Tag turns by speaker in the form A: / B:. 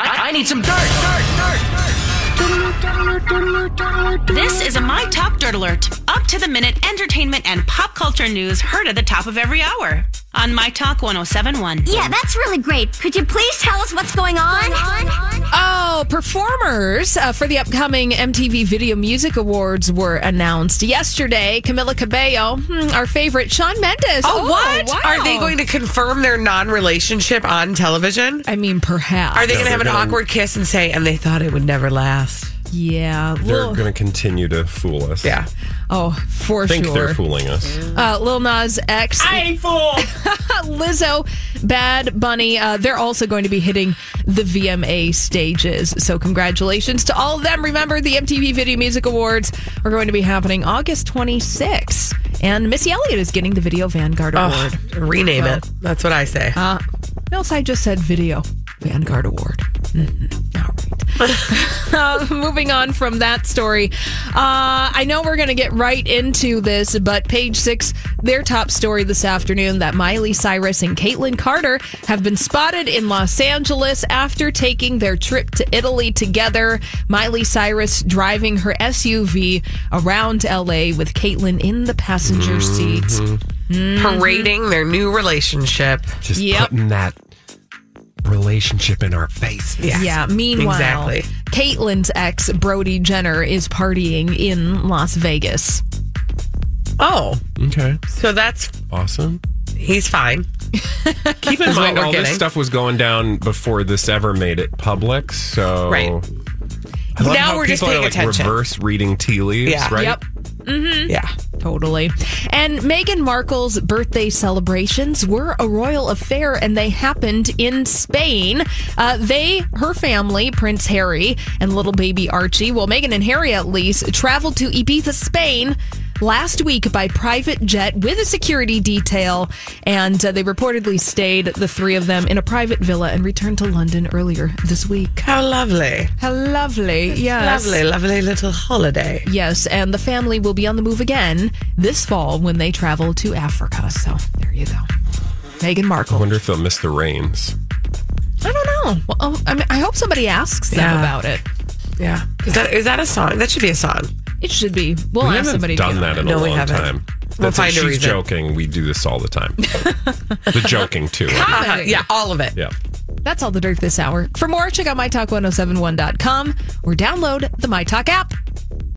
A: I, I need some dirt, dirt, dirt, dirt.
B: This is a My Top Dirt Alert. Up to the minute entertainment and pop culture news heard at the top of every hour on My Talk 1071.
C: Yeah, that's really great. Could you please tell us what's going on?
D: Oh, performers uh, for the upcoming MTV Video Music Awards were announced yesterday. Camila Cabello, hmm, our favorite, Sean Mendes.
E: Oh, what? Are they going to confirm their non relationship on television?
D: I mean, perhaps.
E: Are they going to have an awkward kiss and say, and they thought it would never last?
D: yeah.
F: They're
D: Lil-
F: going to continue to fool us.
E: Yeah.
D: oh, for
F: Think
D: sure.
F: they're fooling us.
D: Uh, Lil Nas X. Lizzo, Bad Bunny, uh, they're also going to be hitting the VMA stages. So, congratulations to all of them. Remember, the MTV Video Music Awards are going to be happening August 26th. And Missy Elliott is getting the Video Vanguard Award.
E: Ugh, rename it. That's what I say.
D: Uh, what else I just said Video Vanguard Award. Mm, All right. uh, moving on from that story, uh, I know we're going to get right into this, but page six, their top story this afternoon that Miley Cyrus and Caitlyn Carter have been spotted in Los Angeles after taking their trip to Italy together. Miley Cyrus driving her SUV around LA with Caitlyn in the passenger seat.
E: Parading their new relationship.
F: Just
D: Yep.
F: putting that relationship in our faces.
D: Yeah. Meanwhile,
E: Exactly.
D: Caitlyn's ex, Brody Jenner, is partying in Las Vegas.
E: Oh,
F: Okay.
E: so that's
F: Awesome.
E: he's fine. Keep in mind we're
F: Well, all this
E: getting.
F: stuff was going down before this ever made it public. So
E: Right.
F: I love
E: Now
F: how
E: we're just
F: people are,
E: paying
F: like,
E: attention.
F: Reverse reading tea leaves,
E: Yeah.
F: right?
D: Yep.
E: Yeah.
D: Totally. And Meghan Markle's birthday celebrations were a royal affair and they happened in Spain. Uh, they, her family, Prince Harry and little baby Archie, well, Meghan and Harry at least, traveled to Ibiza, Spain. Last week, by private jet with a security detail, and uh, they reportedly stayed, the three of them, in a private villa and returned to London earlier this week.
E: How lovely.
D: How lovely. Yes.
E: Lovely, lovely little holiday.
D: Yes, and the family will be on the move again this fall when they travel to Africa. So there you go. Meghan
F: I
D: Markle.
F: wonder if they'll miss the rains.
D: I don't know. Well, oh, I, mean, I hope somebody asks them
E: Yeah.
D: about it.
E: Yeah. Is that is that a song? That should be a song.
D: It should be. We'll
F: we
D: ask
F: haven't
D: somebody. to
F: done
D: get on
F: that
D: it.
F: in
E: No,
F: a
E: we
F: long
E: haven't.
F: time.
E: We'll
F: That's
E: find a
F: she's
E: reason.
F: joking. We do this all the time. the joking too.
E: Uh-huh. Yeah, all of it.
F: Yeah.
D: oh That's all the dirt this hour. For more, check out mytalk1071.com or download the MyTalk app.